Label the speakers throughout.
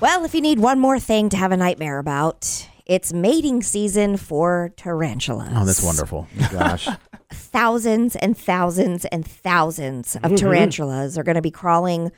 Speaker 1: Well, if you need one more thing to have a nightmare about, it's mating season for tarantulas.
Speaker 2: Oh, that's wonderful.
Speaker 3: Gosh.
Speaker 1: Thousands and thousands and thousands
Speaker 2: Mm-hmm.
Speaker 1: of tarantulas are going to be crawling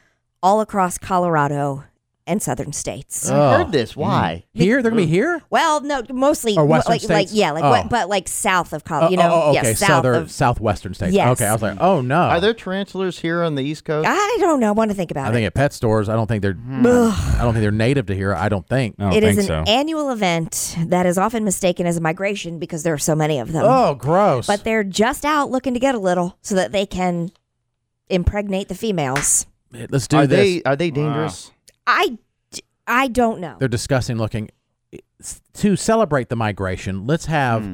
Speaker 1: all across Colorado and southern
Speaker 2: Uh.
Speaker 1: states.
Speaker 2: Oh.
Speaker 3: I heard
Speaker 2: Mm.
Speaker 3: this. Why?
Speaker 2: Here? They're going to be here?
Speaker 1: well, no, mostly
Speaker 2: Or western
Speaker 1: like, like
Speaker 2: states?
Speaker 1: yeah, like
Speaker 2: Oh.
Speaker 1: what, but like south of
Speaker 2: Oh,
Speaker 1: Colorado, you know,
Speaker 2: oh, oh, okay.
Speaker 1: yes, south
Speaker 2: Southern,
Speaker 1: of
Speaker 2: southwestern states.
Speaker 1: Yes.
Speaker 2: Okay. I was like, oh, no.
Speaker 3: Are there tarantulas here on the East Coast?
Speaker 1: I don't know. I want to think about
Speaker 2: I
Speaker 1: it.
Speaker 2: think at pet stores, I don't think they're. I don't think they're native to here. I don't think.
Speaker 4: I don't
Speaker 1: It
Speaker 4: think
Speaker 1: is an
Speaker 4: so.
Speaker 1: annual event that is often mistaken as a migration because there are so many of them.
Speaker 2: Oh, gross.
Speaker 1: But they're just out looking to get a little so that they can impregnate the females.
Speaker 2: Let's do
Speaker 3: are
Speaker 2: this.
Speaker 3: they are they dangerous?
Speaker 1: I, d- I don't know.
Speaker 2: they're disgusting looking. It's- To celebrate the migration, let's have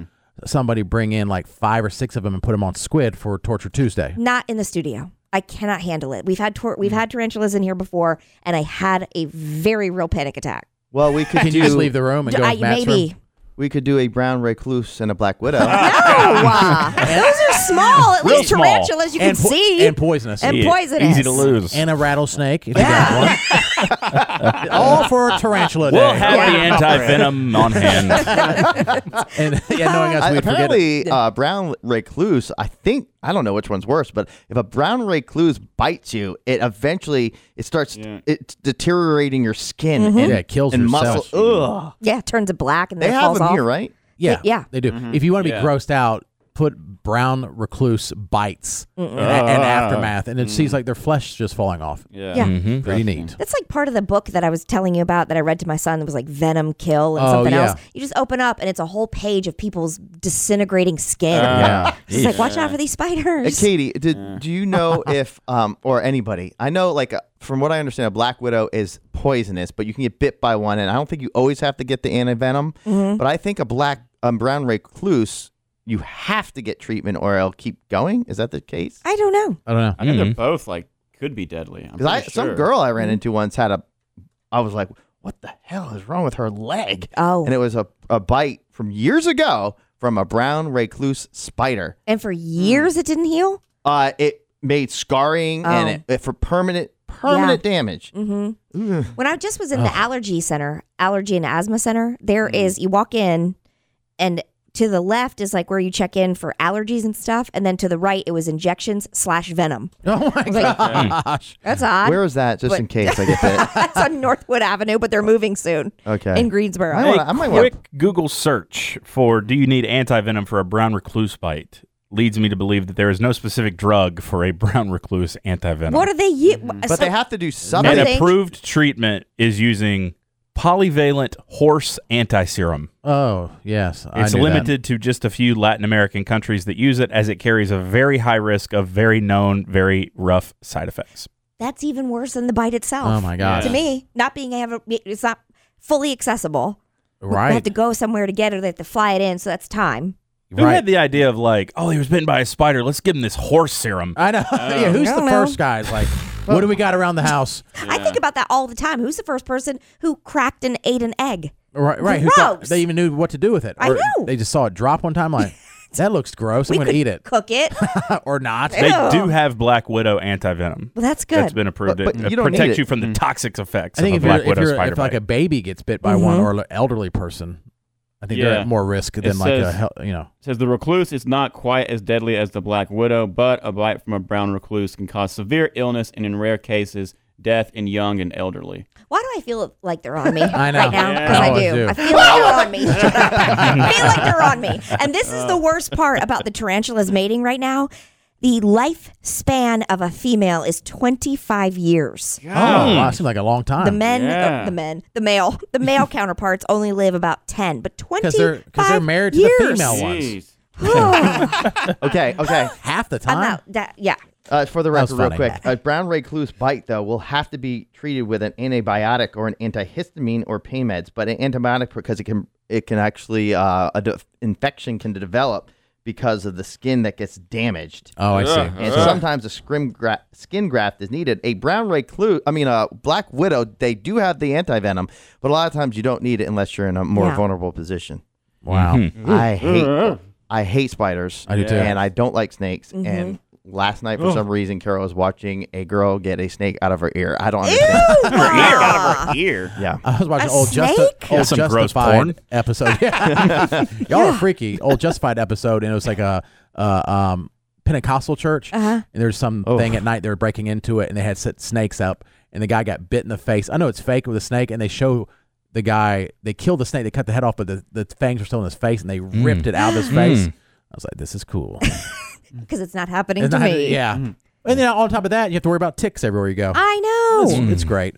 Speaker 2: somebody bring in like five or six of them and put them on squid for Torture Tuesday.
Speaker 1: Not in the studio. I cannot handle it. We've had tor- we've had tarantulas in here before, and I had a very real panic attack.
Speaker 3: Well, we could
Speaker 2: Can
Speaker 3: do
Speaker 2: you just leave the room and
Speaker 1: D-
Speaker 2: go
Speaker 1: I-
Speaker 2: to Matt's room?
Speaker 1: maybe.
Speaker 3: we could do a brown recluse and a black widow.
Speaker 1: No, uh, those are small. At
Speaker 4: Real
Speaker 1: least
Speaker 4: small.
Speaker 1: tarantulas you can
Speaker 2: and po-
Speaker 1: see
Speaker 2: and poisonous
Speaker 1: and
Speaker 4: Yeah,
Speaker 1: poisonous.
Speaker 4: Easy to lose.
Speaker 2: and a rattlesnake. If you got one. All for a tarantula day.
Speaker 4: we'll have the
Speaker 1: Yeah.
Speaker 4: anti venom on hand.
Speaker 2: and yeah, knowing us,
Speaker 3: I-
Speaker 2: we'd forget it.
Speaker 3: apparently, uh, brown recluse. I think I don't know which one's worse, but if a brown recluse bites you, it eventually it starts it's deteriorating your skin and
Speaker 2: Yeah, it kills
Speaker 3: and
Speaker 2: Mm-hmm. your
Speaker 3: muscle.
Speaker 2: cells.
Speaker 3: Ugh.
Speaker 1: Yeah, it turns to black and
Speaker 3: They
Speaker 1: then it
Speaker 3: have
Speaker 1: falls
Speaker 3: them
Speaker 1: off.
Speaker 3: here, right?
Speaker 2: Yeah,
Speaker 1: yeah.
Speaker 2: they do.
Speaker 3: Mm-hmm.
Speaker 2: If you want to be
Speaker 4: Yeah.
Speaker 2: grossed out, put brown recluse bites and,
Speaker 3: Ah.
Speaker 2: and aftermath, and it
Speaker 3: Mm.
Speaker 2: seems like their flesh just falling off.
Speaker 1: Yeah.
Speaker 2: Pretty
Speaker 3: Mm-hmm.
Speaker 2: neat.
Speaker 1: That's like part of the book that I was telling you about that I read to my son that was like Venom Kill and
Speaker 2: Oh,
Speaker 1: something
Speaker 2: yeah.
Speaker 1: else. You just open up and it's a whole page of people's disintegrating skin.
Speaker 3: Uh,
Speaker 2: Yeah.
Speaker 1: It's just like, watch out for these
Speaker 3: Hey,
Speaker 1: spiders.
Speaker 3: Katie, did, do you know if um or anybody? I know, like uh, from what I understand, a black widow is poisonous, but you can get bit by one, and I don't think you always have to get the antivenom. venom. But I think a black um, brown recluse. You have to get treatment or it'll keep going. Is that the case?
Speaker 1: I don't know.
Speaker 2: I don't know.
Speaker 5: I think they're both like could be deadly. I'm
Speaker 3: Because I
Speaker 5: pretty
Speaker 3: some
Speaker 5: sure.
Speaker 3: girl I ran into once had a, I was like, what the hell is wrong with her leg?
Speaker 1: Oh.
Speaker 3: And it was a, a bite from years ago from a brown recluse spider.
Speaker 1: And for years it didn't heal.
Speaker 3: Uh, it made scarring and it, it for permanent permanent damage.
Speaker 1: Mm-hmm. When I just was in the allergy center, allergy and asthma center, there
Speaker 2: Mm-hmm.
Speaker 1: is you walk in and to the left is like where you check in for allergies and stuff, and then to the right it was injections slash venom.
Speaker 2: Oh my
Speaker 1: Like-
Speaker 4: mm.
Speaker 2: gosh.
Speaker 1: That's odd.
Speaker 3: Where is that? Just in case I get bit.
Speaker 1: That's on Northwood Avenue, but they're moving soon
Speaker 3: Okay.
Speaker 1: in Greensboro.
Speaker 3: I wanna- I might
Speaker 4: A
Speaker 3: wanna-
Speaker 4: quick Google search for do you need anti venom for a brown recluse bite leads me to believe that there is no specific drug for a brown recluse anti venom.
Speaker 1: What are they? u-
Speaker 3: but
Speaker 1: so-
Speaker 3: they have to do
Speaker 4: An
Speaker 3: something.
Speaker 1: Nothing.
Speaker 4: approved treatment is using polyvalent horse anti serum.
Speaker 2: Oh yes, I
Speaker 4: It's
Speaker 2: knew that.
Speaker 4: limited to just a few Latin American countries that use it as it carries a very high risk of very known, very rough side effects.
Speaker 1: that's even worse than the bite itself.
Speaker 2: Oh my gosh.
Speaker 1: To me, not being able, it's not fully accessible. They have
Speaker 2: Right.
Speaker 1: to go somewhere to get it. Or they have to fly it in, so that's time.
Speaker 4: Who
Speaker 2: Right.
Speaker 4: had the idea of like, oh, he was bitten by a spider. Let's give him this horse serum.
Speaker 2: I know. yeah,
Speaker 3: Oh.
Speaker 2: who's
Speaker 1: I
Speaker 2: the
Speaker 1: don't
Speaker 2: first guy? It's Like, what do we got around the house?
Speaker 1: I think about that all the time. Who's the first person who cracked and ate an egg?
Speaker 2: Right, right. Who thought
Speaker 1: Gross.
Speaker 2: they even knew what to do with it?
Speaker 1: I
Speaker 2: Or
Speaker 1: know.
Speaker 2: They just saw it drop one time. Like, that looks gross. I'm
Speaker 1: we
Speaker 2: going to
Speaker 1: could
Speaker 2: eat it
Speaker 1: cook it. well,
Speaker 2: or not.
Speaker 4: They
Speaker 1: Ew.
Speaker 4: do have Black Widow anti venom.
Speaker 1: that's good.
Speaker 4: That's been approved.
Speaker 3: But- but
Speaker 4: it
Speaker 3: you don't need
Speaker 4: protects
Speaker 3: it. Mm.
Speaker 4: you from the toxic effects
Speaker 2: I think if
Speaker 4: of a
Speaker 2: you're,
Speaker 4: Black
Speaker 2: if,
Speaker 4: Widow
Speaker 2: you're
Speaker 4: spider
Speaker 2: if like a
Speaker 4: bite.
Speaker 2: baby gets bit by
Speaker 1: Mm-hmm.
Speaker 2: one or an elderly person, I think they're
Speaker 5: Yeah.
Speaker 2: at more risk than like a
Speaker 5: says-
Speaker 2: hel- you know.
Speaker 5: says the recluse is not quite as deadly as the black widow, but a bite from a brown recluse can cause severe illness and, in rare cases, death in young and elderly.
Speaker 1: Why do I feel like they're on me
Speaker 2: I know.
Speaker 1: right now? Because
Speaker 5: Yeah.
Speaker 2: I
Speaker 1: I
Speaker 2: always
Speaker 1: do.
Speaker 2: do.
Speaker 1: I feel like they're on me. Shut up. I feel like they're on me. And this is the worst part about the tarantula's mating right now. The lifespan of a female is 25 years.
Speaker 2: Oh, wow, that seems like a long
Speaker 1: The
Speaker 2: time.
Speaker 1: men,
Speaker 5: Yeah.
Speaker 1: uh, the men, the male, the male counterparts only live about 10, but 25
Speaker 2: Because they're because they're married to
Speaker 1: years.
Speaker 2: the female ones
Speaker 5: Jeez.
Speaker 3: okay, okay.
Speaker 2: half the
Speaker 1: I'm
Speaker 2: time.
Speaker 1: not, that, yeah.
Speaker 3: Uh, for the
Speaker 2: That was
Speaker 3: record, real
Speaker 2: funny.
Speaker 3: quick, a brown recluse bite though will have to be treated with an antibiotic or an antihistamine or pain meds. But an antibiotic because it can it can actually uh, a de- infection can develop because of the skin that gets damaged.
Speaker 2: Oh, I see.
Speaker 3: And sometimes a scrim gra- skin graft is needed. A brown recluse, I mean, a black widow, they do have the antivenom, but a lot of times you don't need it unless you're in a more
Speaker 1: Yeah.
Speaker 3: vulnerable position.
Speaker 2: Wow.
Speaker 4: Mm-hmm.
Speaker 3: I hate I hate spiders.
Speaker 2: Mm. I do too.
Speaker 1: Mm-hmm.
Speaker 3: And I don't like snakes. And last night for some reason Carol was watching a girl get a snake out of her ear. I don't
Speaker 1: Ew!
Speaker 3: understand.
Speaker 5: Snake out of her ear.
Speaker 3: Yeah.
Speaker 2: I was watching
Speaker 1: A
Speaker 2: old, Justi-
Speaker 1: snake?
Speaker 2: old
Speaker 4: Yeah, some gross
Speaker 2: Justified
Speaker 4: porn.
Speaker 2: episode. Yeah. Y'all are freaky. Old Justified episode, and it was like a, a um, Pentecostal church.
Speaker 1: Uh-huh.
Speaker 2: And there's some
Speaker 3: Oh.
Speaker 2: thing at night they were breaking into it, and they had set snakes up, and the guy got bit in the face. I know it's fake with a snake, and they show the guy they killed the snake, they cut the head off, but the, the fangs were still in his face, and they
Speaker 4: Mm.
Speaker 2: ripped it out of his face. I was like, this is cool.
Speaker 1: Because it's not happening
Speaker 2: And
Speaker 1: to
Speaker 2: I-
Speaker 1: me.
Speaker 4: Mm.
Speaker 2: yeah. And then on top of that, you have to worry about ticks everywhere you go.
Speaker 1: I know.
Speaker 2: It's, it's great.